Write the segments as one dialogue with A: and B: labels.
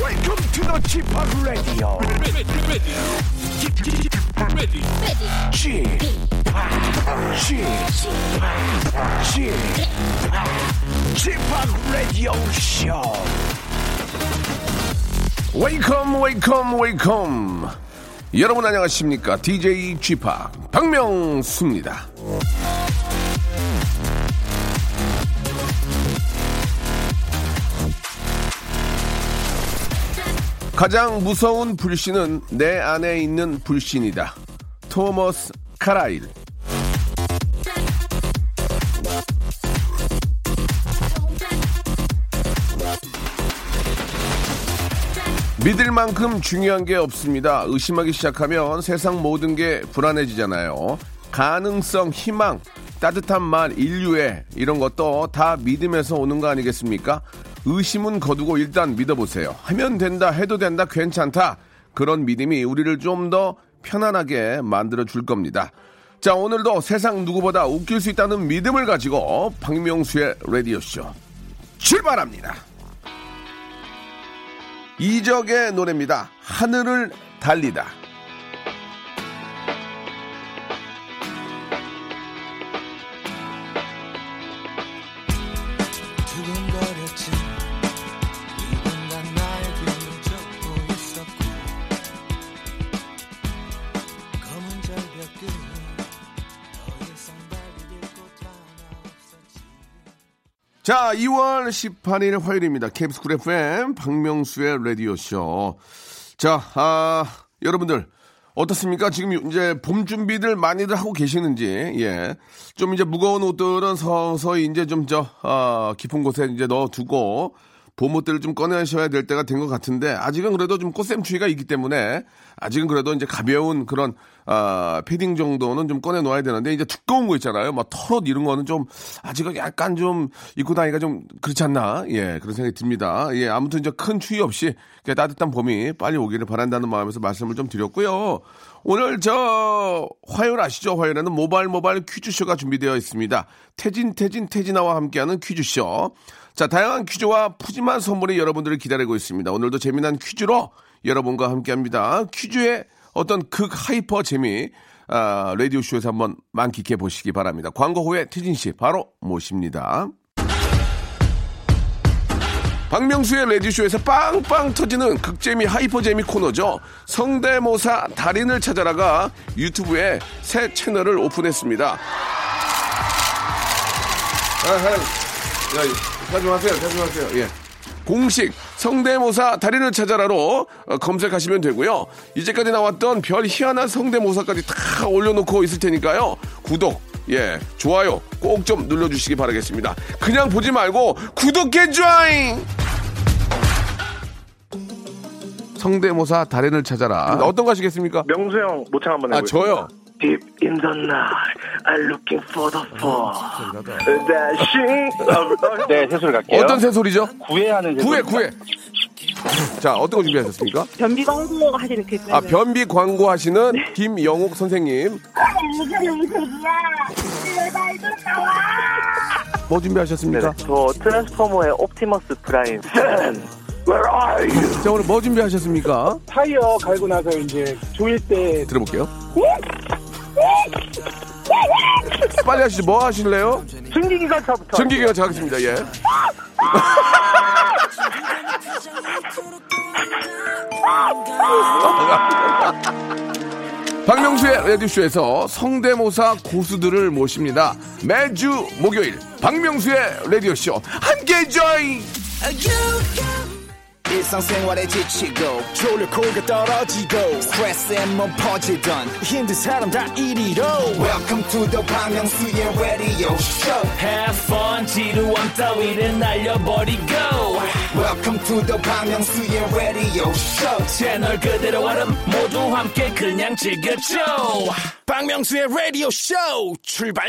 A: Welcome to the g p o p Radio.
B: ready, ready, ready,
A: g p o p g p o p g p o p Radio Show.
C: 웨이컴 웨이컴 웨이컴 여러분 안녕하십니까 DJ g p o p 박명수입니다 가장 무서운 불신은 내 안에 있는 불신이다 토머스 카라일 믿을 만큼 중요한 게 없습니다. 의심하기 시작하면 세상 모든 게 불안해지잖아요. 가능성, 희망, 따뜻한 말, 인류애 이런 것도 다 믿음에서 오는 거 아니겠습니까? 의심은 거두고 일단 믿어보세요. 하면 된다, 해도 된다, 괜찮다. 그런 믿음이 우리를 좀 더 편안하게 만들어 줄 겁니다. 자, 오늘도 세상 누구보다 웃길 수 있다는 믿음을 가지고 박명수의 라디오쇼 출발합니다. 이적의 노래입니다. 하늘을 달리다.
D: 두근거렸지 이분간 나의 길을 쫓고 있었고 검은 절벽 끝 너의 산발이 길고 하나 없었지
C: 자, 2월 18일 화요일입니다. 캡스쿨 FM 박명수의 라디오쇼. 자, 아, 여러분들. 어떻습니까? 지금 이제 봄 준비들 많이들 하고 계시는지, 예. 좀 이제 무거운 옷들은 서서히 이제 좀 저, 아, 깊은 곳에 이제 넣어두고, 봄 옷들을 좀 꺼내셔야 될 때가 된 것 같은데, 아직은 그래도 좀 꽃샘추위가 있기 때문에, 아직은 그래도 이제 가벼운 그런, 아, 패딩 정도는 좀 꺼내 놓아야 되는데, 이제 두꺼운 거 있잖아요. 막 털옷 이런 거는 좀, 아직은 약간 좀 입고 다니기가 좀 그렇지 않나. 예, 그런 생각이 듭니다. 예, 아무튼 이제 큰 추위 없이 그냥 따뜻한 봄이 빨리 오기를 바란다는 마음에서 말씀을 좀 드렸고요. 오늘 저 화요일 아시죠? 화요일에는 모발 모발 퀴즈쇼가 준비되어 있습니다. 태진 태진 태진아와 함께하는 퀴즈쇼. 자, 다양한 퀴즈와 푸짐한 선물이 여러분들을 기다리고 있습니다. 오늘도 재미난 퀴즈로 여러분과 함께합니다. 퀴즈의 어떤 극 하이퍼 재미 아, 라디오 쇼에서 한번 만끽해 보시기 바랍니다. 광고 후에 태진 씨 바로 모십니다. 박명수의 레디쇼에서 빵빵 터지는 극재미 하이퍼재미 코너죠. 성대모사 달인을 찾아라가 유튜브에 새 채널을 오픈했습니다. 아, 아, 야, 사주하세요, 사주하세요. 예. 공식 성대모사 달인을 찾아라로 어, 검색하시면 되고요. 이제까지 나왔던 별 희한한 성대모사까지 다 올려놓고 있을 테니까요. 구독, 예, 좋아요 꼭 좀 눌러주시기 바라겠습니다. 그냥 보지 말고 구독해 줘잉! 성대모사 달인을 찾아라.
E: 네.
C: 어떤 거 하시겠습니까?
F: 명수 형 모창 한번
C: 아,
F: 해보세요.
C: 저요.
F: Deep in the night, I'm looking for the fall. Dashing.
E: 네, 네. 새소리 갈게요.
C: 어떤 새소리죠?
E: 구애하는
C: 구해
E: 새소리.
C: 구해. 자 어떤 거 준비하셨습니까?
G: 변비 광고 하시는 그
C: 아 변비 광고 하시는 김영옥 선생님 뭐 준비하셨습니까?
H: 네.
F: 저 트랜스포머의 옵티머스 프라임. Where are you?
C: 자 오늘 뭐 준비하셨습니까?
I: 타이어 갈고 나서 이제 조일 때
C: 들어볼게요. 빨리 하시죠. 뭐 하실래요?
F: 승기기관차부터.
C: 전기기가 정하겠습니다. 예. 박명수의 라디오쇼에서 성대모사 고수들을 모십니다. 매주 목요일 박명수의 라디오쇼 함께 join!
J: 일상생활에 지치고, 졸려 코가 떨어지고, 스트레스에 몸 퍼지던, 힘든 사람 다 이리로. welcome to the Bang Myung-soo's radio show
K: Have fun 지루함 따위를 날려버리고
J: welcome to the Bang Myung-soo's radio show
K: 채널 그대로 와름 모두 함께 그냥 즐겨줘
J: 박명수의 radio show 출발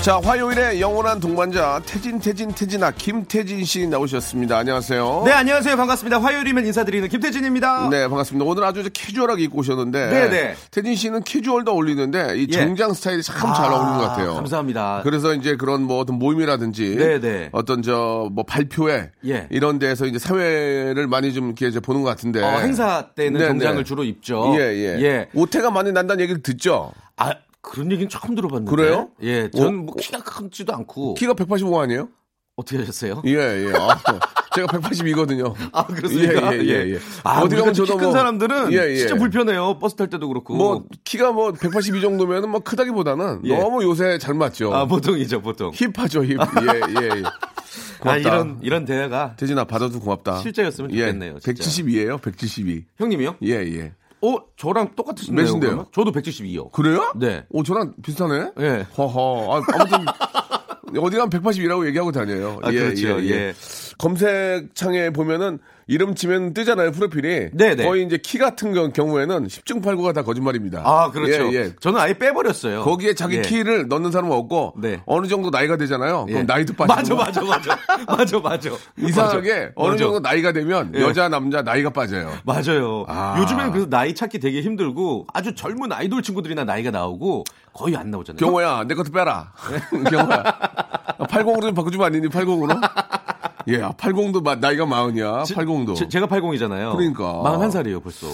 C: 자, 화요일에 영원한 동반자 태진 태진 태진아 김태진 씨 나오셨습니다. 안녕하세요.
G: 네, 안녕하세요. 반갑습니다. 화요일이면 인사드리는 김태진입니다.
C: 네, 반갑습니다. 오늘 아주 이제 캐주얼하게 입고 오셨는데
G: 네네.
C: 태진 씨는 캐주얼도 어울리는데 이
G: 예.
C: 정장 스타일이 참 잘 어울리는 것 같아요.
G: 감사합니다.
C: 그래서 예? 이제 그런 뭐 어떤 모임이라든지
G: 네네.
C: 어떤 저 뭐 발표회
G: 예.
C: 이런 데에서 이제 사회를 많이 좀 이렇게 이제 보는 것 같은데
G: 어, 행사 때는
C: 예. 네네.
G: 정장을 주로 입죠.
C: 예, 예.
G: 예.
C: 오태가 많이 난다는 얘기를 듣죠.
G: 아, 그런 얘기는 처음 들어봤는데.
C: 그래요?
G: 예,
C: 오,
G: 전뭐 키가 크지도 않고.
C: 키가 185 아니에요?
G: 어떻게 하셨어요?
C: 예, 예. 아, 제가 182거든요. 뭐
G: 아, 그렇습니까?
C: 예, 예, 예.
G: 아, 어디 가면 저도
C: 뭐-
G: 키큰 사람들은
C: 예, 예.
G: 진짜 불편해요. 버스 탈 때도 그렇고.
C: 뭐 키가 뭐 182 정도면은 뭐 크다기보다는
G: 예.
C: 너무 요새 잘 맞죠.
G: 아, 보통이죠, 보통.
C: 힙하죠, 힙. 예, 예. 예. 고맙다.
G: 아, 이런 이런 대화가
C: 태진아 받아도 고맙다.
G: 실제였으면 좋겠네요,
C: 예,
G: 진짜.
C: 172예요, 172.
G: 형님이요?
C: 예, 예.
G: 어, 저랑 똑같으신데요?
C: 몇인데요?
G: 그러면? 저도 172요.
C: 그래요?
G: 네.
C: 오, 저랑 비슷하네.
G: 예.
C: 허허. 아, 아무튼 어디 가면 182라고 얘기하고 다녀요.
G: 아, 그렇죠. 예.
C: 검색창에 보면은 이름 치면 뜨잖아요 프로필이.
G: 네네.
C: 거의 이제 키 같은 경- 경우에는 10중 8구가 다 거짓말입니다.
G: 아, 그렇죠.
C: 예, 예.
G: 저는 아예 빼버렸어요.
C: 거기에 자기
G: 예.
C: 키를 넣는 사람은 없고
G: 네.
C: 어느 정도 나이가 되잖아요. 그럼
G: 예.
C: 나이도 빠지고
G: 맞아, 맞아, 맞아. 맞아, 맞아.
C: 이상하게
G: 맞아.
C: 어느
G: 맞아.
C: 정도 나이가 되면
G: 예.
C: 여자 남자 나이가 빠져요.
G: 맞아요.
C: 아.
G: 요즘에는 그래서 나이 찾기 되게 힘들고 아주 젊은 아이돌 친구들이나 나이가 나오고 거의 안 나오잖아요.
C: 경호야, 내 것도 빼라.
G: 네.
C: 경호야. 80으로 좀 바꿔주면 안 되니, 80으로? 예, 80도 나이가 마흔이야, 80도.
G: 제, 제가 80이잖아요.
C: 그러니까. 네,
G: 41살이에요, 벌써.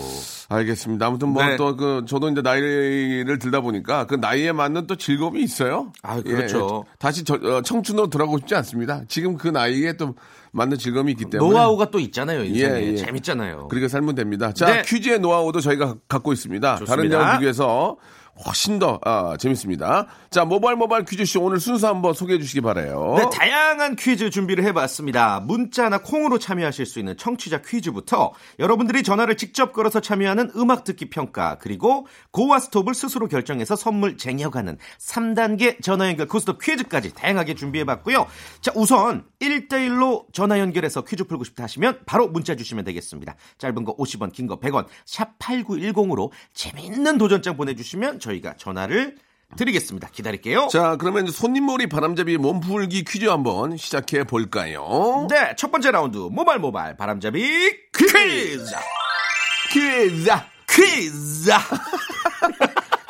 C: 알겠습니다. 아무튼 뭐
G: 네.
C: 또 그, 저도 이제 나이를 들다 보니까 그 나이에 맞는 또 즐거움이 있어요.
G: 아, 그렇죠.
C: 예, 다시 저- 어, 청춘으로 돌아가고 싶지 않습니다. 지금 그 나이에 또 맞는 즐거움이 있기 때문에.
G: 노하우가 또 있잖아요, 인생에.
C: 예, 예.
G: 재밌잖아요.
C: 그렇게 살면 됩니다. 자,
G: 네.
C: 퀴즈의 노하우도 저희가 갖고 있습니다.
G: 좋습니다.
C: 다른 데와 비교해서 훨씬 더 아, 재밌습니다. 자, 모바일 모바일 퀴즈쇼 오늘 순서 한번 소개해 주시기 바라요.
G: 네, 다양한 퀴즈 준비를 해봤습니다. 문자나 콩으로 참여하실 수 있는 청취자 퀴즈부터 여러분들이 전화를 직접 걸어서 참여하는 음악 듣기 평가 그리고 고와 스톱을 스스로 결정해서 선물 쟁여가는 3단계 전화 연결 고스톱 퀴즈까지 다양하게 준비해봤고요. 자, 우선 1대1로 전화 연결해서 퀴즈 풀고 싶다 하시면 바로 문자 주시면 되겠습니다. 짧은 거 50원, 긴 거 100원, 샵 8910으로 재미있는 도전장 보내주시면 저희가 전화를 드리겠습니다. 기다릴게요.
C: 자, 그러면 이제 손님몰이 바람잡이 몸풀기 퀴즈 한번 시작해 볼까요?
G: 네, 첫 번째 라운드 모발 모발 바람잡이 퀴즈
C: 퀴즈!
G: 퀴즈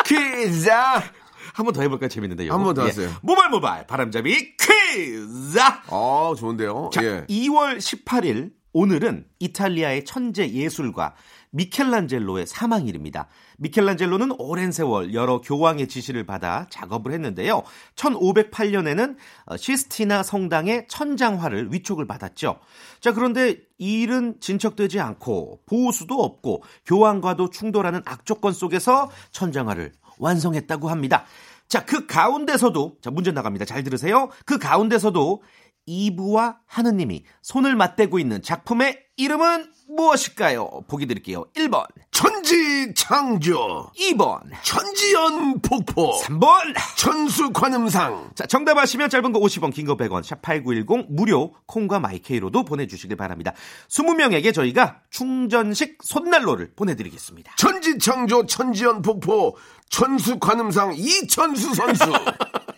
C: 퀴즈!
G: 한 번 더 해볼까 재밌는데
C: 한번더 하세요.
G: 모발 모발 바람잡이 퀴즈
C: 아, 좋은데요?
G: 자,
C: 예.
G: 2월 18일 오늘은 이탈리아의 천재 예술가 미켈란젤로의 사망일입니다. 미켈란젤로는 오랜 세월 여러 교황의 지시를 받아 작업을 했는데요. 1508년에는 어, 시스티나 성당의 천장화를 위촉을 받았죠. 자, 그런데 이 일은 진척되지 않고 보수도 없고 교황과도 충돌하는 악조건 속에서 천장화를 완성했다고 합니다. 자, 그 가운데서도 자, 문제 나갑니다. 잘 들으세요. 그 가운데서도 이브와 하느님이 손을 맞대고 있는 작품의 이름은 무엇일까요? 보기 드릴게요. 1번,
C: 천지 창조,
G: 2번,
C: 천지연 폭포,
G: 3번.
C: 천수 관음상.
G: 자, 정답 아시면 짧은 거 50원, 긴 거 100원, 샵8910 무료 콩과 마이케이로도 보내 주시길 바랍니다. 20명에게 저희가 충전식 손난로를 보내 드리겠습니다.
C: 천지 창조, 천지연 폭포, 천수 관음상, 이천수 선수.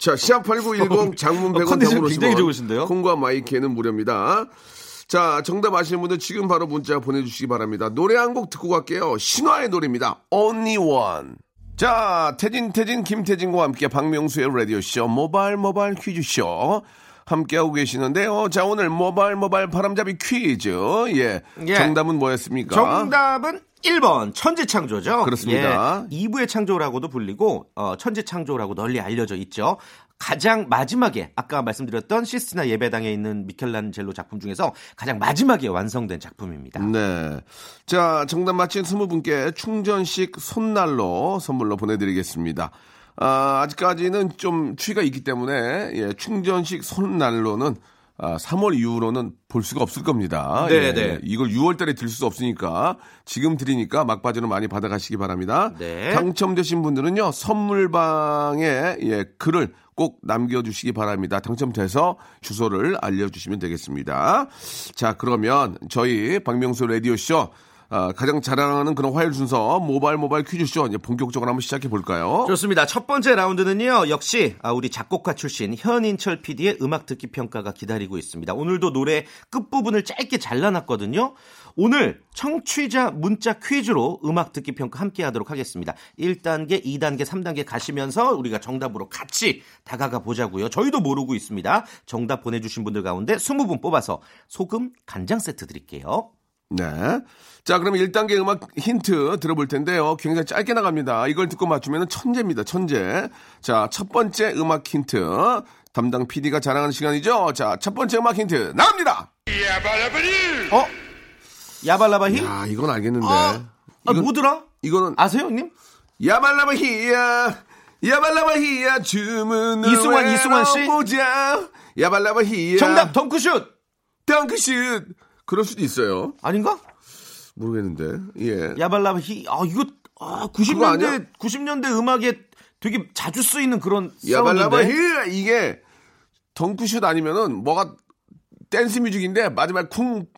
C: 자, 시합8910 장문 100원
G: 어, 컨디션
C: 으로
G: 굉장히 좋으신데요?
C: 콩과 마이키에는 무료입니다. 자, 정답 아시는 분들 지금 바로 문자 보내주시기 바랍니다. 노래 한 곡 듣고 갈게요. 신화의 노래입니다. Only One. 자, 태진, 태진, 김태진과 함께 박명수의 라디오쇼, 모발, 모발 퀴즈쇼. 함께하고 계시는데요. 자, 오늘 모발, 모발 바람잡이 퀴즈. 예.
G: 예.
C: 정답은 뭐였습니까?
G: 정답은 1번 천지창조죠.
C: 그렇습니다.
G: 예, 2부의 창조라고도 불리고 어, 천지창조라고 널리 알려져 있죠. 가장 마지막에 아까 말씀드렸던 시스티나 예배당에 있는 미켈란젤로 작품 중에서 가장 마지막에 완성된 작품입니다.
C: 네. 자, 정답 맞힌 20분께 충전식 손난로 선물로 보내드리겠습니다. 아, 아직까지는 좀 추위가 있기 때문에, 예, 충전식 손난로는 아, 3월 이후로는 볼 수가 없을 겁니다.
G: 네,
C: 예,
G: 네.
C: 이걸 6월 달에 들 수 없으니까 지금 드리니까 막바지로 많이 받아가시기 바랍니다.
G: 네.
C: 당첨되신 분들은요, 선물방에 예, 글을 꼭 남겨주시기 바랍니다. 당첨돼서 주소를 알려주시면 되겠습니다. 자, 그러면 저희 박명수 라디오쇼 아, 가장 잘하는 그런 화요일 순서 모바일 모바일 퀴즈쇼 이제 본격적으로 한번 시작해 볼까요?
G: 좋습니다. 첫 번째 라운드는요, 역시 아, 우리 작곡가 출신 현인철 PD의 음악 듣기 평가가 기다리고 있습니다. 오늘도 노래 끝부분을 짧게 잘라놨거든요. 오늘 청취자 문자 퀴즈로 음악 듣기 평가 함께 하도록 하겠습니다. 1단계, 2단계, 3단계 가시면서 우리가 정답으로 같이 다가가 보자고요. 저희도 모르고 있습니다. 정답 보내주신 분들 가운데 20분 뽑아서 소금 간장 세트 드릴게요.
C: 네. 자, 그럼 1단계 음악 힌트 들어볼 텐데요. 굉장히 짧게 나갑니다. 이걸 듣고 맞추면 천재입니다. 천재. 자, 첫 번째 음악 힌트. 담당 PD가 자랑하는 시간이죠. 자, 첫 번째 음악 힌트 나갑니다. 어?
G: 야발라바히?
C: 야, 이건 알겠는데.
G: 아, 아,
C: 이건-
G: 뭐더라?
C: 이거는
G: 아세요, 형님?
C: 야발라바히야. 야발라바히야 주문을
G: 이승환, 이승환 씨?
C: 보자. 야발라바히야.
G: 정답, 덩크슛!
C: 덩크슛. 그럴 수도 있어요.
G: 아닌가?
C: 모르겠는데. 예.
G: 야발라바히, 아, 이거, 아,
C: 그거 아니야?
G: 90년대, 90년대 음악에 되게 자주 쓰이는 그런
C: 야발라바
G: 사운드인데.
C: 힐 이게 덩크슛 아니면은 뭐가 댄스 뮤직인데 마지막 쿵쿵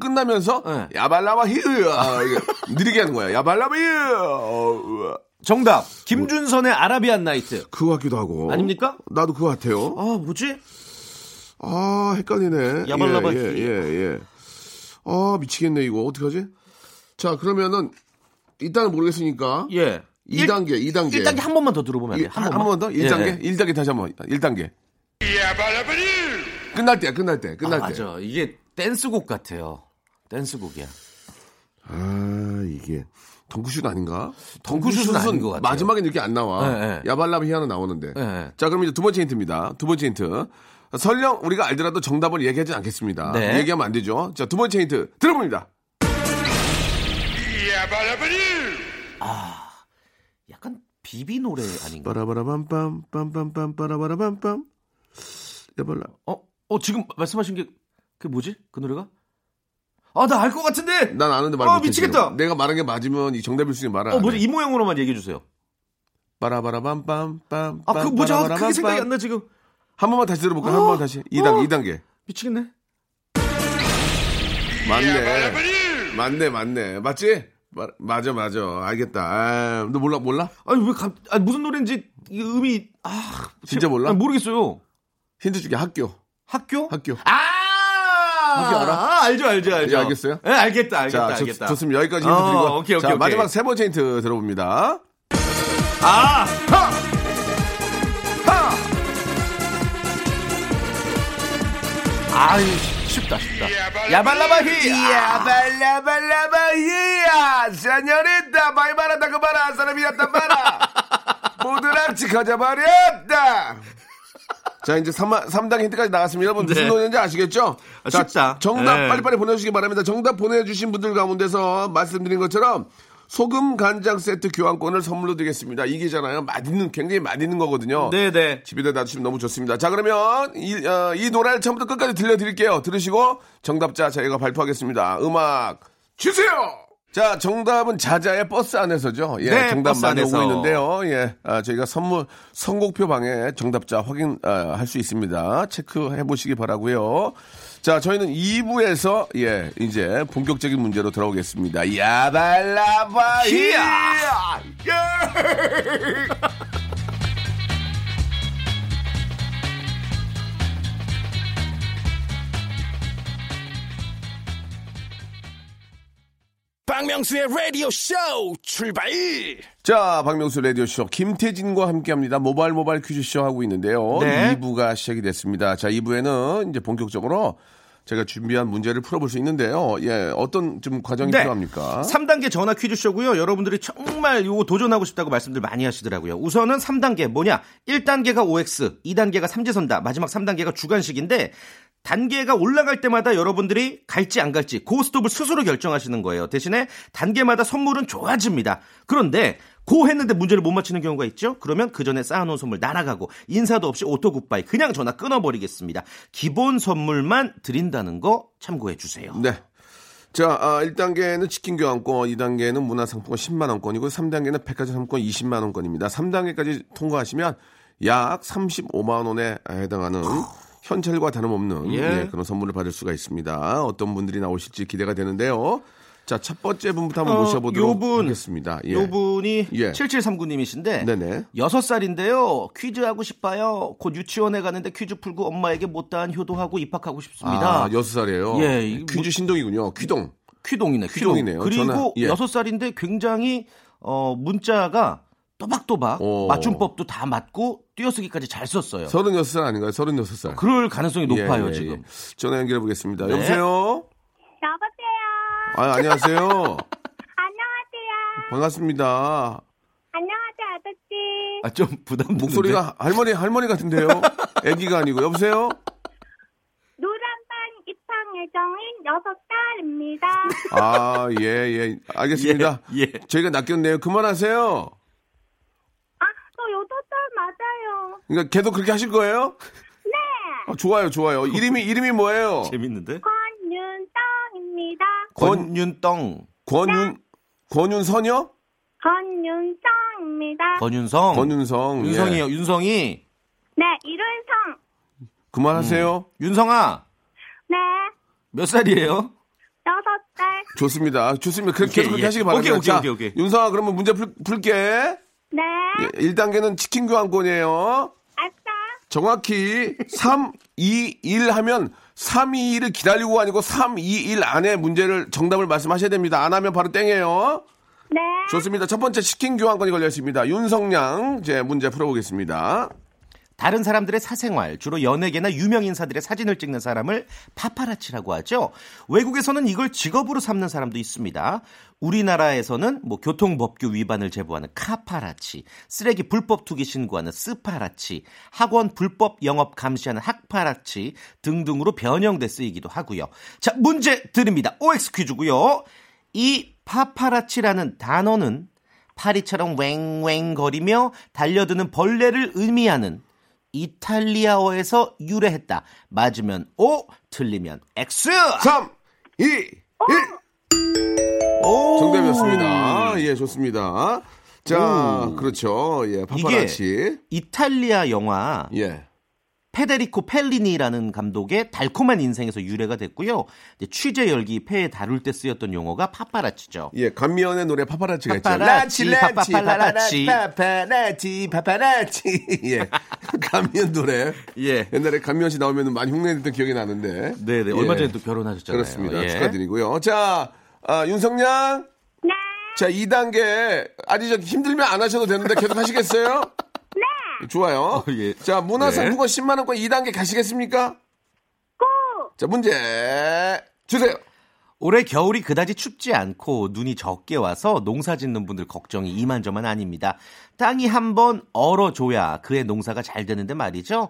C: 끝나면서
G: 네.
C: 야발라바 힐 아, 이게 느리게 하는 거야 야발라바 힐 어, 으아. 뭐.
G: 정답, 김준선의 아라비안 나이트.
C: 그거 같기도 하고
G: 아닙니까?
C: 나도 그거 같아요
G: 아, 뭐지?
C: 아 헷갈리네
G: 야발라바
C: 예예예
G: 힐.
C: 아 미치겠네 이거 어떡하지 자 그러면은 일단은 모르겠으니까
G: 예.
C: 2단계 2단계
G: 1단계 한 번만 더 들어보면 안 돼요? 한 번만.
C: 한번더 1단계
G: 예.
C: 일 1단계 다시 한번 1단계 끝날 때야 끝날 때
G: 아,
C: 끝날 때
G: 맞아. 이게 댄스곡 같아요. 댄스곡이야.
C: 아 이게 덩크슛 아닌가?
G: 덩크슛은 아닌 것 같아요.
C: 마지막에 이렇게 안 나와.
G: 네, 네.
C: 야발라비 하나 나오는데.
G: 네.
C: 자 그럼 이제 두 번째 힌트입니다. 두 번째 힌트. 설령 우리가 알더라도 정답을 얘기하진 않겠습니다.
G: 네.
C: 얘기하면 안 되죠. 자 두 번째 힌트 들어봅니다.
G: 약간 비비 노래 아닌가?
C: 빠라바라밤빰 빰빰빰 빠라바라밤빰 야발라
G: 어, 어 지금 말씀하신 게 그게 뭐지? 그 노래가? 아, 나 알 것 같은데.
C: 난 아는데 말
G: 아,
C: 못해.
G: 미치겠다.
C: 지금. 내가 말한 게 맞으면 이 정답일 수 있는 말을
G: 어,
C: 안
G: 뭐지?
C: 해.
G: 이 모양으로만 얘기해 주세요.
C: 빠라바라밤빰 빰
G: 아, 그 뭐지? 아, 그게
C: 빠라바라밤빰.
G: 생각이 안 나 지금.
C: 한 번만 다시 들어볼까요? 한 번 다시. 이단계이단계
G: 미치겠네.
C: 맞네. 맞네, 맞네. 맞지? 마, 맞아, 맞아. 알겠다. 아, 너 몰라, 몰라?
G: 아니 왜 갑? 아 무슨 노래인지 이 음이 아
C: 진짜 몰라?
G: 아, 모르겠어요.
C: 힌트 주게 학교.
G: 학교?
C: 학교.
G: 아!
C: 학교 알아?
G: 아, 알죠, 알죠, 알죠.
C: 예, 알겠어요?
G: 예, 알겠다, 알겠다,
C: 자, 좋-
G: 알겠다.
C: 좋습니다. 여기까지 힌트
G: 어,
C: 드리고.
G: 오케이, 오케이,
C: 자,
G: 오케이.
C: 마지막 세 번째 힌트 들어봅니다.
G: 아, 아, 쉽다, 쉽다. 야발라바히.
C: 야발라발라바이야 자녀랬다 말바라다 그바라 사람이었다 마라 모두 납치 가져버렸다 자 이제 3, 당 힌트까지 나갔습니다 여러분 무슨
G: 네.
C: 노래인지 아시겠죠?
G: 아,
C: 자,
G: 쉽다.
C: 정답
G: 네.
C: 빨리빨리 보내주시기 바랍니다 정답 보내주신 분들 가운데서 말씀드린 것처럼 소금 간장 세트 교환권을 선물로 드리겠습니다 이기잖아요 맛있는 굉장히 맛있는 거거든요
G: 네, 네.
C: 집에다 놔주시면 너무 좋습니다. 자, 그러면 이, 어, 이 노래를 처음부터 끝까지 들려드릴게요. 들으시고 정답자 저희가 발표하겠습니다. 음악 주세요! 자, 정답은 자자의 버스 안에서죠. 예,
G: 네,
C: 정답
G: 버스
C: 많이
G: 안에서.
C: 오고 있는데요. 예, 아, 저희가 선물, 선곡표 방에 정답자 확인할 수 있습니다. 체크해 보시기 바라고요 자, 저희는 2부에서, 예, 이제 본격적인 문제로 돌아오겠습니다. 야발라바, 예! 히야!
B: 박명수의 라디오 쇼 출발
C: 자, 박명수 라디오쇼 김태진과 함께합니다. 모바일 모바일 퀴즈쇼 하고 있는데요.
G: 네.
C: 2부가 시작이 됐습니다. 자, 2부에는 이제 본격적으로 제가 준비한 문제를 풀어볼 수 있는데요. 예, 어떤 좀
G: 네.
C: 과정이 필요합니까?
G: 3단계 전화 퀴즈쇼고요. 여러분들이 정말 요거 도전하고 싶다고 말씀들 많이 하시더라고요. 우선은 3단계 뭐냐? 1단계가 OX, 2단계가 삼지선다, 마지막 3단계가 주간식인데 단계가 올라갈 때마다 여러분들이 갈지 안 갈지 고스톱을 스스로 결정하시는 거예요. 대신에 단계마다 선물은 좋아집니다. 그런데 고 했는데 문제를 못 맞히는 경우가 있죠? 그러면 그 전에 쌓아놓은 선물 날아가고 인사도 없이 오토 굿바이 그냥 전화 끊어버리겠습니다. 기본 선물만 드린다는 거 참고해 주세요.
C: 네. 자, 아, 1단계는 치킨 교환권, 2단계는 문화상품권 10만원권이고, 3단계는 백화점 상품권 20만원권입니다. 3단계까지 통과하시면 약 35만원에 해당하는 현찰과 다름없는
G: 예.
C: 예, 그런 선물을 받을 수가 있습니다. 어떤 분들이 나오실지 기대가 되는데요. 자, 첫 번째 분부터 한번
G: 어,
C: 모셔보도록
G: 요 분,
C: 하겠습니다. 예.
G: 요 분이
C: 예.
G: 7739님이신데
C: 네네.
G: 6살인데요. 퀴즈 하고 싶어요. 곧 유치원에 가는데 퀴즈 풀고 엄마에게 못다한 효도하고 입학하고 싶습니다.
C: 아, 여섯 살이에요. 네,
G: 예, 이-
C: 퀴즈 신동이군요. 퀴동.
G: 퀴동이네. 퀴동.
C: 퀴동이네요. 저는-
G: 그리고
C: 예.
G: 여섯 살인데 굉장히 어, 문자가 또박또박
C: 오.
G: 맞춤법도 다 맞고 띄어쓰기까지 잘 썼어요.
C: 서른여섯 살 아닌가요? 서른여섯 살.
G: 그럴 가능성이 높아요,
C: 예, 예,
G: 지금.
C: 예. 전화 연결해 보겠습니다.
G: 네.
C: 여보세요?
L: 여보세요.
C: 아, 안녕하세요.
L: 안녕하세요.
C: 반갑습니다.
L: 안녕하세요, 아저씨.
G: 아, 좀 부담 네.
C: 목소리가 할머니, 할머니 같은데요? 애기가 아니고. 여보세요?
L: 노란반 입학 예정인 여섯 살입니다.
C: 아, 예, 예. 알겠습니다.
G: 예.
C: 저희가 낚였네요. 그만하세요.
L: 아, 저 여섯 살 맞아요.
C: 그러니까 계속 그렇게 하실 거예요?
L: 네,
C: 아, 좋아요, 좋아요. 이름이, 이름이 뭐예요?
G: 재밌는데?
L: 권윤성입니다.
G: 권윤덩.
C: 권윤, 권윤선이요?
L: 권윤성입니다.
G: 권윤성.
C: 권윤성. 예.
G: 네. 윤성이요. 윤성이.
L: 네, 이른성.
C: 그만하세요.
G: 음. 윤성아,
L: 네,
G: 몇 살이에요?
L: 여섯 살.
C: 좋습니다. 좋습니다. 그-
G: 오케이,
C: 계속 그렇게
G: 예.
C: 하시기 바랍니다.
G: 오케이, 오케이,
C: 자,
G: 오케이, 오케이.
C: 윤성아, 그러면 문제 풀, 풀게.
L: 네,
C: 예. 1단계는 치킨 교환권이에요.
L: 아싸.
C: 정확히 3, 2, 1 하면 3, 2, 1을 기다리고 아니고 3, 2, 1 안에 문제를 정답을 말씀하셔야 됩니다. 안 하면 바로 땡이에요.
L: 네,
C: 좋습니다. 첫 번째 치킨 교환권이 걸려 있습니다. 윤성량 제 문제 풀어보겠습니다.
G: 다른 사람들의 사생활, 주로 연예계나 유명 인사들의 사진을 찍는 사람을 파파라치라고 하죠. 외국에서는 이걸 직업으로 삼는 사람도 있습니다. 우리나라에서는 뭐 교통법규 위반을 제보하는 카파라치, 쓰레기 불법 투기 신고하는 스파라치, 학원 불법 영업 감시하는 학파라치 등등으로 변형돼 쓰이기도 하고요. 자, 문제 드립니다. OX 퀴즈고요. 이 파파라치라는 단어는 파리처럼 웽웽거리며 달려드는 벌레를 의미하는 이탈리아어에서 유래했다. 맞으면 O, 틀리면 X.
C: 3, 2, 1. 정답이었습니다. 예, 좋습니다. 자,
G: 오.
C: 그렇죠. 예, 파파라치.
G: 이게 이탈리아 영화
C: 예.
G: 페데리코 펠리니라는 감독의 달콤한 인생에서 유래가 됐고요. 이제 취재 열기 폐에 다룰 때 쓰였던 용어가 파파라치죠.
C: 예, 감미연의 노래 파파라치가 있죠. 라치,
G: 파파라치,
C: 라치,
G: 파파라치.
C: 파파라치, 파파라치. 예, 감미연 노래.
G: 예.
C: 옛날에 감미연 씨 나오면 많이 흉내냈던 기억이 나는데. 예,
G: 네, 네. 얼마 전에 또 결혼하셨잖아요.
C: 그렇습니다.
G: 예.
C: 축하드리고요. 자, 아, 윤성양.
L: 네,
C: 자, 2단계. 아니, 저 힘들면 안 하셔도 되는데 계속 하시겠어요? 네. 좋아요.
G: 예.
C: 자, 문화상품권 10만원권 2단계 가시겠습니까?
L: 고.
C: 자, 문제 주세요.
G: 올해 겨울이 그다지 춥지 않고 눈이 적게 와서 농사 짓는 분들 걱정이 이만저만 아닙니다. 땅이 한번 얼어줘야 그의 농사가 잘 되는데 말이죠.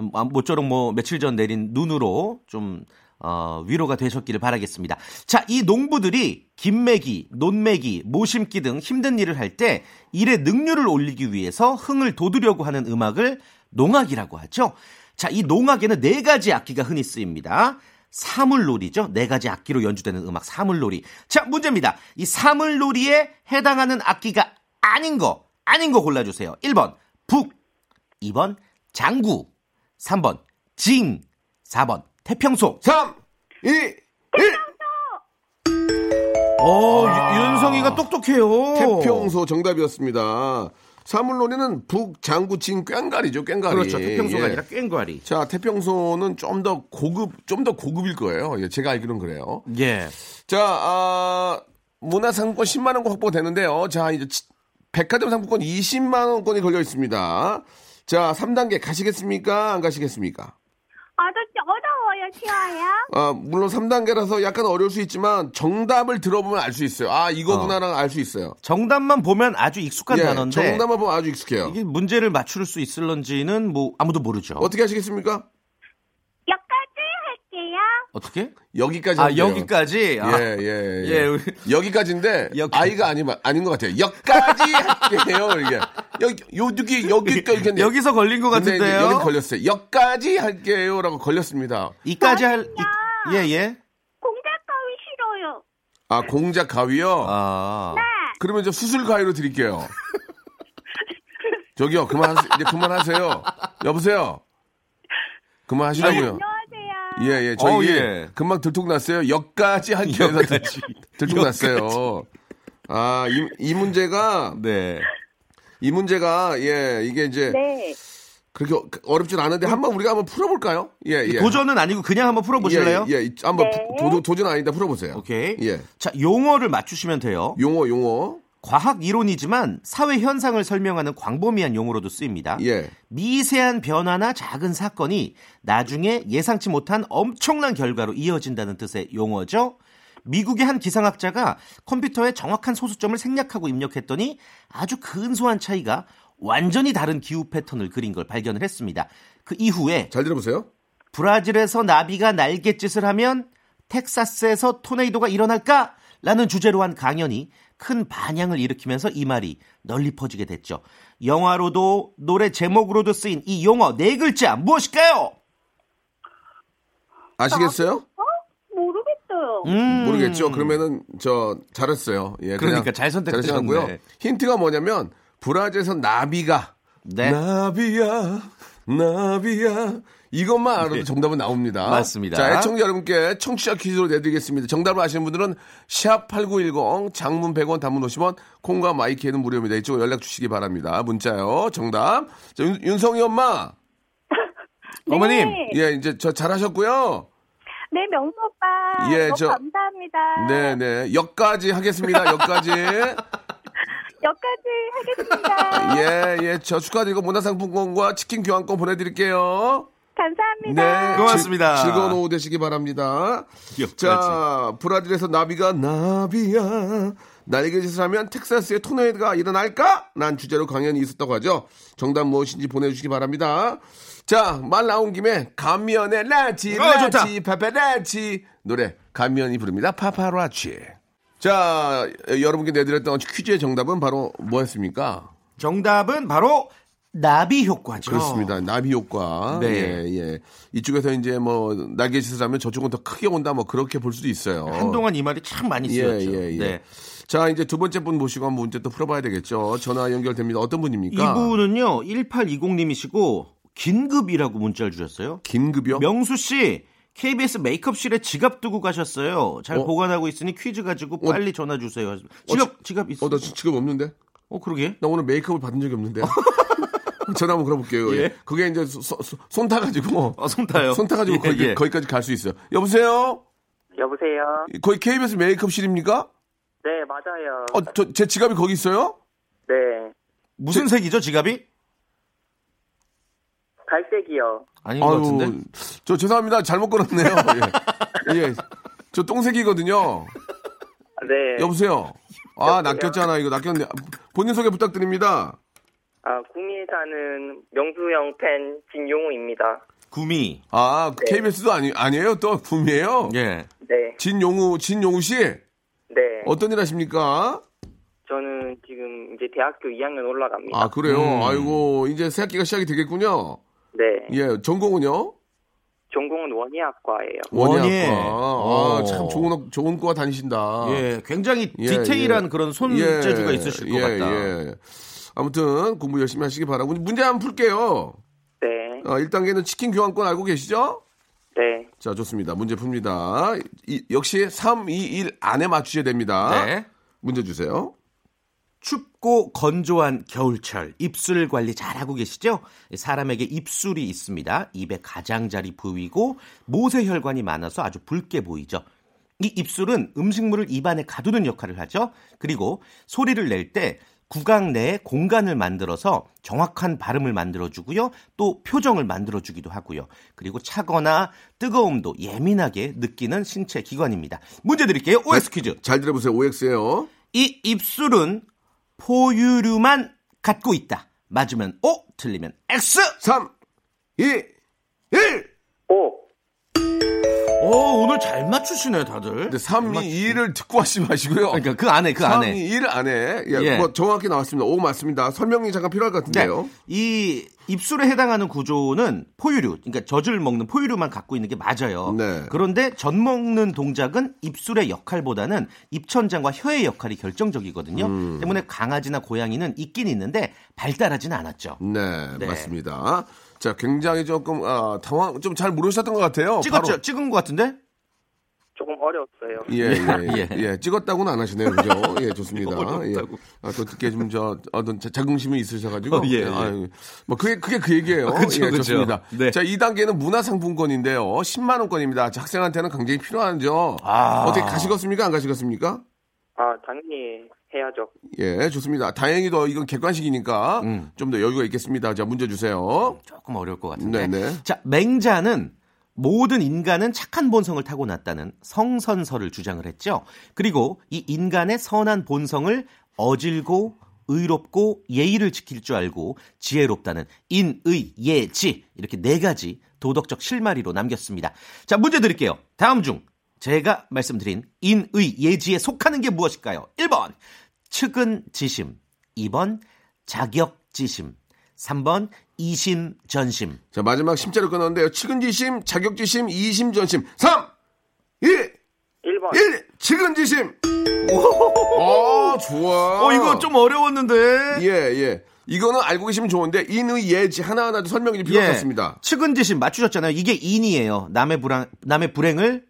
G: 음, 아, 모쪼록 뭐 며칠 전 내린 눈으로 좀 어, 위로가 되셨기를 바라겠습니다. 자, 이 농부들이 김매기, 논매기, 모심기 등 힘든 일을 할 때 일의 능률을 올리기 위해서 흥을 돋우려고 하는 음악을 농악이라고 하죠. 자, 이 농악에는 네 가지 악기가 흔히 쓰입니다. 사물놀이죠. 네 가지 악기로 연주되는 음악 사물놀이. 자, 문제입니다. 이 사물놀이에 해당하는 악기가 아닌 거, 아닌 거 골라주세요. 1번 북, 2번 장구, 3번 징, 4번 태평소.
C: 3, 2, 1.
G: 오, 윤성이가 똑똑해요.
C: 아. 태평소 정답이었습니다. 사물놀이는 북 장구친 꽹가리죠, 꽹가리.
G: 그렇죠. 태평소가
C: 예.
G: 아니라 꽹과리.
C: 자, 태평소는 좀 더 고급, 좀 더 고급일 거예요. 예, 제가 알기로는 그래요.
G: 예.
C: 자, 아, 문화상품권 10만원 확보가 되는데요. 자, 이제 치- 백화점 상품권 20만원권이 걸려 있습니다. 자, 3단계 가시겠습니까? 안 가시겠습니까?
L: 아저씨 어려워요, 쉬워요?
C: 아, 물론 3단계라서 약간 어려울 수 있지만 정답을 들어보면 알 수 있어요. 아, 이거구나랑 알 수 있어요.
G: 정답만 보면 아주 익숙한
C: 예,
G: 단어인데
C: 정답만 보면 아주 익숙해요.
G: 이게 문제를 맞출 수 있을런지는 뭐 아무도 모르죠.
C: 어떻게 하시겠습니까?
L: 여기까지 할게요.
G: 어떻게?
C: 여기까지.
G: 아
C: 하면 돼요.
G: 여기까지.
C: 예,
G: 아,
C: 예, 예.
G: 예, 우리-
C: 여기까지인데
G: 여기-
C: 아이가 아니 아닌 것 같아요. 여기까지 할게요. 이게 여기 요 여기 여기까지 이렇게
G: 여기서 걸린 것
C: 근데 이제
G: 같은데요.
C: 여기 걸렸어요. 여기까지 할게요라고 걸렸습니다.
G: 이까지 할. 이- 예 예.
L: 공작 가위 싫어요. 네,
C: 아 공작 가위요.
G: 아.
C: 그러면 저 수술 가위로 드릴게요. 저기요 그만 이제 그만하세요. 여보세요. 그만하시라고요.
L: 안녕하세요.
C: 예, 예. 저희
G: 어,
C: 이게
G: 예.
C: 금방 들통났어요. 역까지 할게요.
G: 역까지.
C: 들통났어요. 아, 이, 이 문제가. 네. 이 문제가, 예, 이게 이제.
M: 네.
C: 그렇게 어- 어렵진 않은데 한번 우리가 한번 풀어볼까요? 예, 예.
G: 도전은 아니고 그냥 한번 풀어보실래요?
C: 예, 예. 이- 한번
G: 네.
C: 도, 도- 도전 아니다 풀어보세요.
G: 오케이.
C: 예.
G: 자, 용어를 맞추시면 돼요.
C: 용어, 용어.
G: 과학 이론이지만 사회 현상을 설명하는 광범위한 용어로도 쓰입니다.
C: 예.
G: 미세한 변화나 작은 사건이 나중에 예상치 못한 엄청난 결과로 이어진다는 뜻의 용어죠. 미국의 한 기상학자가 컴퓨터에 정확한 소수점을 생략하고 입력했더니 아주 근소한 차이가 완전히 다른 기후 패턴을 그린 걸 발견을 했습니다. 그 이후에
C: 잘 들어보세요.
G: 브라질에서 나비가 날갯짓을 하면 텍사스에서 토네이도가 일어날까? 라는 주제로 한 강연이 큰 반향을 일으키면서 이 말이 널리 퍼지게 됐죠. 영화로도 노래 제목으로도 쓰인 이 용어 네 글자 무엇일까요?
C: 아시겠어요?
L: 어? 모르겠어요.
C: 음, 모르겠죠. 그러면은 저 잘했어요. 예,
G: 음. 그러니까 잘 선택하셨네.
C: 잘하셨고요. 힌트가 뭐냐면 브라질에서 나비가
G: 네.
C: 나비야 나비야 이것만 알아도 정답은 나옵니다.
G: 예. 맞습니다.
C: 자, 애청자 여러분께 청취자 퀴즈로 내드리겠습니다. 정답을 아시는 분들은 샵8910 장문 100원 단문 50원 콩과 마이키에는 무료입니다. 이쪽으로 연락 주시기 바랍니다. 문자요. 정답. 자, 윤, 윤성이 엄마.
L: 어머님.
C: 예, 이제 저 잘하셨고요.
L: 네, 명수 오빠.
C: 예,
L: 너무
C: 저-
L: 감사합니다.
C: 네, 네. 역까지 하겠습니다. 역까지.
L: 여기까지 하겠습니다.
C: 예, 예. 저 축하드리고 문화상품권과 치킨 교환권 보내드릴게요. 네,
L: 감사합니다.
C: 즐- 즐거운 오후 되시기 바랍니다. 자, 브라질에서 나비가 나비야. 날개짓을 하면 텍사스의 토네이드가 일어날까? 난 주제로 강연이 있었다고 하죠. 정답 무엇인지 보내주시기 바랍니다. 자, 말 나온 김에 감면의 라지,
G: 어, 좋다.
C: 라지, 파파라치 노래 감면이 부릅니다. 파파라치. 자, 여러분께 내드렸던 퀴즈의 정답은 바로 뭐였습니까?
G: 정답은 바로 나비 효과죠.
C: 그렇습니다. 나비 효과.
G: 네.
C: 예, 예. 이쪽에서 이제 뭐 날개짓을 하면 저쪽은 더 크게 온다 뭐 그렇게 볼 수도 있어요.
G: 한동안 이 말이 참 많이
C: 예,
G: 쓰였죠.
C: 예, 예.
G: 네.
C: 자, 이제 두 번째 분 모시고 한번 문제 또 풀어봐야 되겠죠. 전화 연결됩니다. 어떤 분입니까?
G: 이분은요 1820님이시고 긴급이라고 문자를 주셨어요.
C: 긴급이요?
G: 명수 씨 KBS 메이크업실에 지갑 두고 가셨어요. 잘
C: 어?
G: 보관하고 있으니 퀴즈 가지고 빨리 전화 주세요. 지갑 지갑 있어.
C: 어, 나 지- 지금 없는데?
G: 어, 그러게.
C: 나 오늘 메이크업을 받은 적이 없는데. 전화 한번 걸어볼게요. 예.
G: 어. 예.
C: 그게 이제 소- 소- 소- 손 타가지고.
G: 아, 손 타요?
C: 손 타가지고
G: 예,
C: 거기,
G: 예.
C: 거기까지 갈 수 있어요. 여보세요?
H: 여보세요.
C: 거기 KBS 메이크업실입니까?
H: 네, 맞아요.
C: 어, 저, 제 지갑이 거기 있어요?
H: 네.
G: 무슨 색이죠 지갑이?
H: 갈색이요.
G: 아닌 것 같은데?
C: 저 죄송합니다. 잘못 걸었네요. 예. 예. 저 똥색이거든요.
H: 네.
C: 여보세요. 아, 낚였잖아. 이거 낚였네. 본인 소개 부탁드립니다.
H: 아, 구미에 사는 명수형 팬 진용우입니다.
G: 구미.
C: 아,
H: 네.
C: KBS도 아니, 아니에요? 또 구미예요?
G: 예.
H: 네.
C: 진용우, 진용우 씨?
H: 네.
C: 어떤 일 하십니까?
H: 저는 지금 이제 대학교 2학년 올라갑니다.
C: 아, 그래요?
G: 음.
C: 아이고, 이제 새 학기가 시작이 되겠군요.
H: 네.
C: 예, 전공은요?
H: 전공은 원예학과예요.
G: 원예.
C: 원예학과. 아,
G: 어.
C: 참 좋은, 학- 좋은 과 다니신다.
G: 예, 굉장히
C: 아. 예,
G: 디테일한
C: 예.
G: 그런 손재주가 있으실 것
C: 예,
G: 같다. 네.
C: 예. 아무튼 공부 열심히 하시기 바라고 문제 한번 풀게요.
H: 네.
C: 어, 1단계는 치킨 교환권 알고 계시죠?
H: 네.
C: 자, 좋습니다. 문제 풉니다. 이- 역시 3, 2, 1 안에 맞추셔야 됩니다.
G: 네.
C: 문제 주세요.
G: 춥고 건조한 겨울철 입술 관리 잘하고 계시죠? 사람에게 입술이 있습니다. 입의 가장자리 부위고 모세혈관이 많아서 아주 붉게 보이죠. 이 입술은 음식물을 입안에 가두는 역할을 하죠. 그리고 소리를 낼 때 구강 내에 공간을 만들어서 정확한 발음을 만들어주고요. 또 표정을 만들어주기도 하고요. 그리고 차거나 뜨거움도 예민하게 느끼는 신체 기관입니다. 문제 드릴게요. OX 퀴즈.
C: 잘 들어보세요. OX예요.
G: 이 입술은 포유류만 갖고 있다. 맞으면 O, 틀리면 X.
C: 3, 2, 1.
H: 오.
G: 어, 오, 오늘 잘 맞추시네, 다들.
C: 근데 3, 2, 1을 듣고 하지 마시고요.
G: 그러니까 그 안에, 그
C: 3,
G: 안에.
C: 2, 1 안에. 예,
G: 예.
C: 그거 정확히 나왔습니다. 오 맞습니다. 설명이 잠깐 필요할 것 같은데요.
G: 그러니까 네. 이 입술에 해당하는 구조는 포유류, 그러니까 젖을 먹는 포유류만 갖고 있는 게 맞아요.
C: 네.
G: 그런데 젖 먹는 동작은 입술의 역할보다는 입천장과 혀의 역할이 결정적이거든요.
C: 음.
G: 때문에 강아지나 고양이는 있긴 있는데 발달하지는 않았죠.
C: 네,
G: 네.
C: 맞습니다. 자, 굉장히 조금 아, 당황 좀 잘 모르셨던 것 같아요.
G: 찍었죠? 찍은 것 같은데?
H: 조금 어려웠어요.
C: 예,
G: 네.
C: 예, 예. 예, 찍었다고는 안 하시네요, 그죠? 예, 좋습니다. 예. 아, 또 듣게 좀 저, 어떤 자- 자긍심이 있으셔가지고.
G: 어, 예, 예.
C: 아유, 뭐, 그게, 그게 그 얘기예요.
G: 아, 그쵸,
C: 예,
G: 그쵸.
C: 좋습니다.
G: 네.
C: 자, 이단계는 문화상품권인데요. 10만원권입니다. 학생한테는 굉장히 필요한죠.
G: 아.
C: 어떻게 가시겠습니까? 안 가시겠습니까?
H: 아 당연히 해야죠.
C: 예, 좋습니다. 다행히도 이건 객관식이니까
G: 음.
C: 좀 더 여유가 있겠습니다. 자, 문제 주세요.
G: 조금 어려울 것 같은데.
C: 네네.
G: 자, 맹자는 모든 인간은 착한 본성을 타고났다는 성선설을 주장을 했죠. 그리고 이 인간의 선한 본성을 어질고 의롭고 예의를 지킬 줄 알고 지혜롭다는 인의 예지 이렇게 네 가지 도덕적 실마리로 남겼습니다. 자, 문제 드릴게요. 다음 중 제가 말씀드린 인의 예지에 속하는 게 무엇일까요? 1번 측은지심 2번 자격지심 3번 이심전심
C: 자, 마지막 심자로 끊었는데요. 측은지심, 자격지심, 이심전심. 3, 2,
H: 1번.
C: 1 측은지심. 오, 좋아.
G: 어, 이거 좀 어려웠는데.
C: 예, 예. 이거는 알고 계시면 좋은데 인의 예지 하나하나도 설명이 필요 없습니다.
G: 예, 측은지심 맞추셨잖아요. 이게 인이에요. 남의 불행, 남의 불행을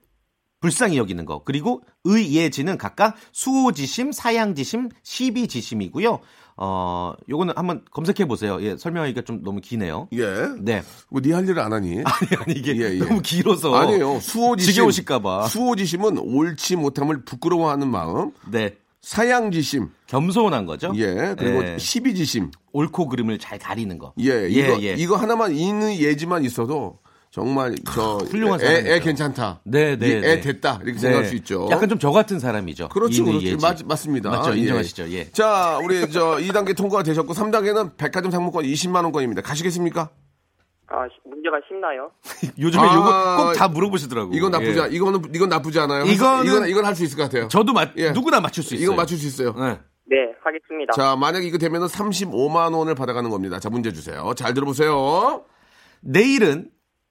G: 불쌍히 여기는 거. 그리고 의예지는 각각 수호지심, 사양지심, 시비지심이고요. 어, 요거는 한번 검색해 보세요. 예, 설명하기가 좀 너무 기네요.
C: 예.
G: 네.
C: 뭐 네 할 일을 안 하니?
G: 아니, 아니, 이게
C: 예, 예.
G: 너무 길어서.
C: 아니에요. 수호지심.
G: 지겨우실까봐.
C: 수호지심은 옳지 못함을 부끄러워하는 마음.
G: 네.
C: 사양지심.
G: 겸손한 거죠?
C: 예. 그리고
G: 예.
C: 시비지심.
G: 옳고 그름을 잘 가리는 거.
C: 예. 이거,
G: 예.
C: 이거 하나만 인의 예지만 있어도 정말 저
G: 훌륭한
C: 애, 애
G: 사람이죠.
C: 괜찮다.
G: 네,
C: 이
G: 네.
C: 애
G: 네.
C: 됐다. 이렇게
G: 네.
C: 생각할 수 있죠.
G: 약간 좀 저 같은 사람이죠.
C: 그렇죠,
G: 이는
C: 그렇죠.
G: 예지.
C: 맞, 맞습니다.
G: 맞죠,
C: 예.
G: 인정하시죠. 예.
C: 자, 우리 저 2단계 통과가 되셨고 3단계는 백화점 상품권 20만 원권입니다. 가시겠습니까?
H: 아 시- 문제가 쉽나요?
G: 요즘에
C: 아,
G: 요거 꼭 다 물어보시더라고요.
C: 이건 나쁘지,
G: 예.
C: 않- 이거는 이건 나쁘지 않아요. 할 수-
G: 이거는-
C: 이건 이건 할 수 있을 것 같아요.
G: 저도 맞,
C: 예.
G: 누구나 맞출 수 있어요.
C: 이건 맞출 수 있어요.
G: 네.
H: 네 하겠습니다.
C: 자, 만약 이거 되면은 35만 원을 받아가는 겁니다. 자, 문제 주세요. 잘 들어보세요.
G: 내일은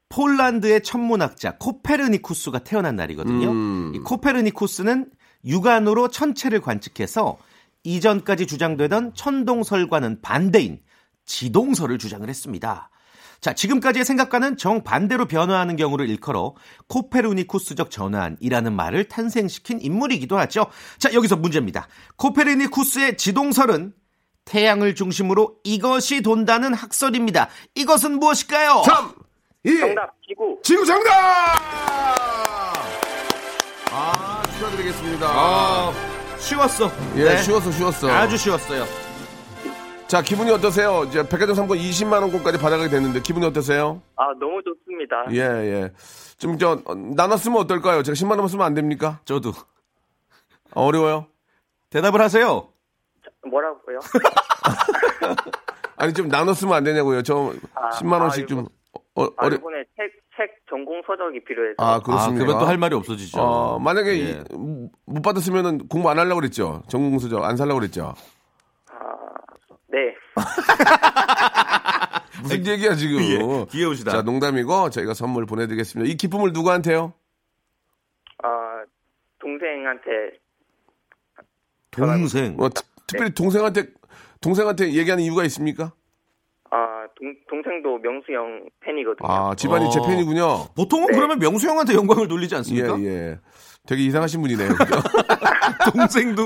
G: 폴란드의 천문학자 코페르니쿠스가 태어난 날이거든요.
C: 음.
G: 이 코페르니쿠스는 육안으로 천체를 관측해서 이전까지 주장되던 천동설과는 반대인 지동설을 주장을 했습니다. 자, 지금까지의 생각과는 정반대로 변화하는 경우를 일컬어 코페르니쿠스적 전환이라는 말을 탄생시킨 인물이기도 하죠. 자, 여기서 문제입니다. 코페르니쿠스의 지동설은 태양을 중심으로 이것이 돈다는 학설입니다. 이것은 무엇일까요?
C: 3, 2,
H: 정답 지구.
C: 지구 정답! 아, 축하드리겠습니다.
G: 아, 쉬웠어.
C: 예,
G: 네.
C: 쉬웠어, 쉬웠어.
G: 아주 쉬웠어요.
C: 자, 기분이 어떠세요? 이제 백화점 상권 20만 원권까지 받아가게 됐는데 기분이 어떠세요?
H: 아 너무 좋습니다.
C: 예, 예. 좀 저 나눴으면 어떨까요? 제가 10만 원 쓰면 안 됩니까?
G: 저도
C: 아, 어려워요?
G: 대답을 하세요.
H: 뭐라고요?
C: 아니 좀 나눴으면 안 되냐고요. 저
H: 아,
C: 10만 원씩
H: 아,
C: 좀 어,
H: 아
C: 어려
H: 이번에 책 책 전공 서적이 필요해서.
C: 아,
G: 아,
C: 그렇습니까?
G: 그러면 또 할 말이 없어지죠.
C: 어, 만약에 이-
G: 예.
C: 못 받았으면은 공부 안 하려고 그랬죠. 전공수저 안 살려고 그랬죠.
H: 아, 네.
C: 무슨 얘기야 지금?
G: 예, 귀여우시다.
C: 자, 농담이고 저희가 선물 보내 드리겠습니다. 이 기쁨을 누구한테요?
H: 아 동생한테
G: 동생.
C: 어, 특-
H: 네.
C: 특별히 동생한테 동생한테 얘기하는 이유가 있습니까?
H: 아 동, 동생도 명수 형 팬이거든요.
C: 아, 집안이 제
G: 어.
C: 팬이군요.
G: 보통은 그러면 명수 형한테 영광을 돌리지
C: 예,
G: 않습니까?
C: 예. 되게 이상하신 분이네요. 그죠?
G: 동생도.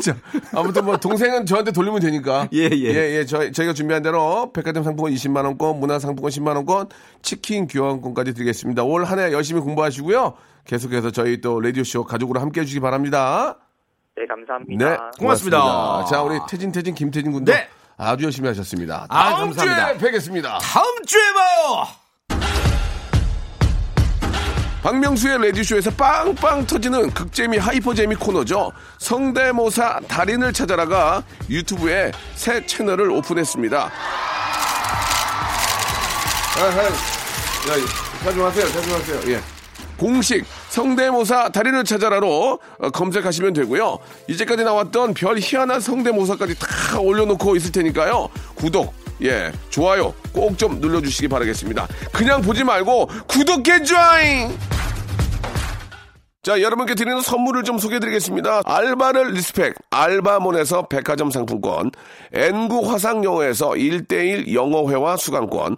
C: 아무튼 뭐 동생은 저한테 돌리면 되니까.
G: 예, 예.
C: 저희, 저희가 준비한 대로 백화점 상품권 20만 원권, 문화 상품권 10만 원권, 치킨 교환권까지 드리겠습니다. 올 한 해 열심히 공부하시고요. 계속해서 저희 또 라디오 쇼 가족으로 함께 해 주시기 바랍니다.
H: 네 감사합니다.
C: 네.
G: 고맙습니다.
C: 자, 우리 태진 태진 김태진 군도
G: 네.
C: 아주 열심히 하셨습니다.
G: 아,
C: 다음
G: 감사합니다.
C: 주에 뵙겠습니다.
G: 다음 주에 봐요.
C: 박명수의 레디쇼에서 빵빵 터지는 극재미 하이퍼재미 코너죠. 성대모사 달인을 찾아라가 유튜브에 새 채널을 오픈했습니다. 아, 자중하세요, 자중하세요. 예. 공식 성대모사 달인을 찾아라로 어, 검색하시면 되고요. 이제까지 나왔던 별 희한한 성대모사까지 다 올려놓고 있을 테니까요. 구독, 예, 좋아요 꼭 좀 눌러주시기 바라겠습니다. 그냥 보지 말고 구독해 줘잉! 자, 여러분께 드리는 선물을 좀 소개해드리겠습니다. 알바를 리스펙, 알바몬에서 백화점 상품권, N구 화상영어에서 1대1 영어회화 수강권,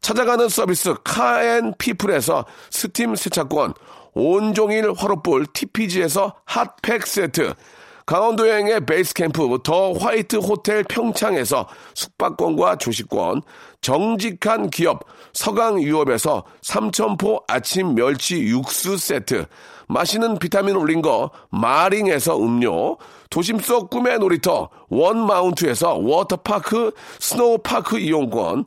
C: 찾아가는 서비스 카앤피플에서 스팀 세차권, 온종일 화롯불 TPG에서 핫팩 세트, 강원도 여행의 베이스 캠프 더 화이트 호텔 평창에서 숙박권과 조식권, 정직한 기업 서강유업에서 삼천포 아침 멸치 육수 세트, 마시는 비타민 올린 거 마링에서 음료, 도심 속 꿈의 놀이터 원마운트에서 워터파크 스노우파크 이용권,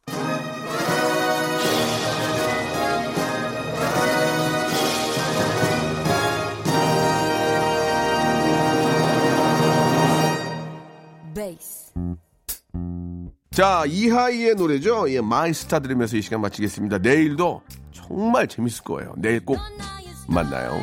C: 자, 이하이의 노래죠. 예, 마이스타 들으면서 이 시간 마치겠습니다. 내일도 정말 재밌을 거예요. 내일 꼭 만나요.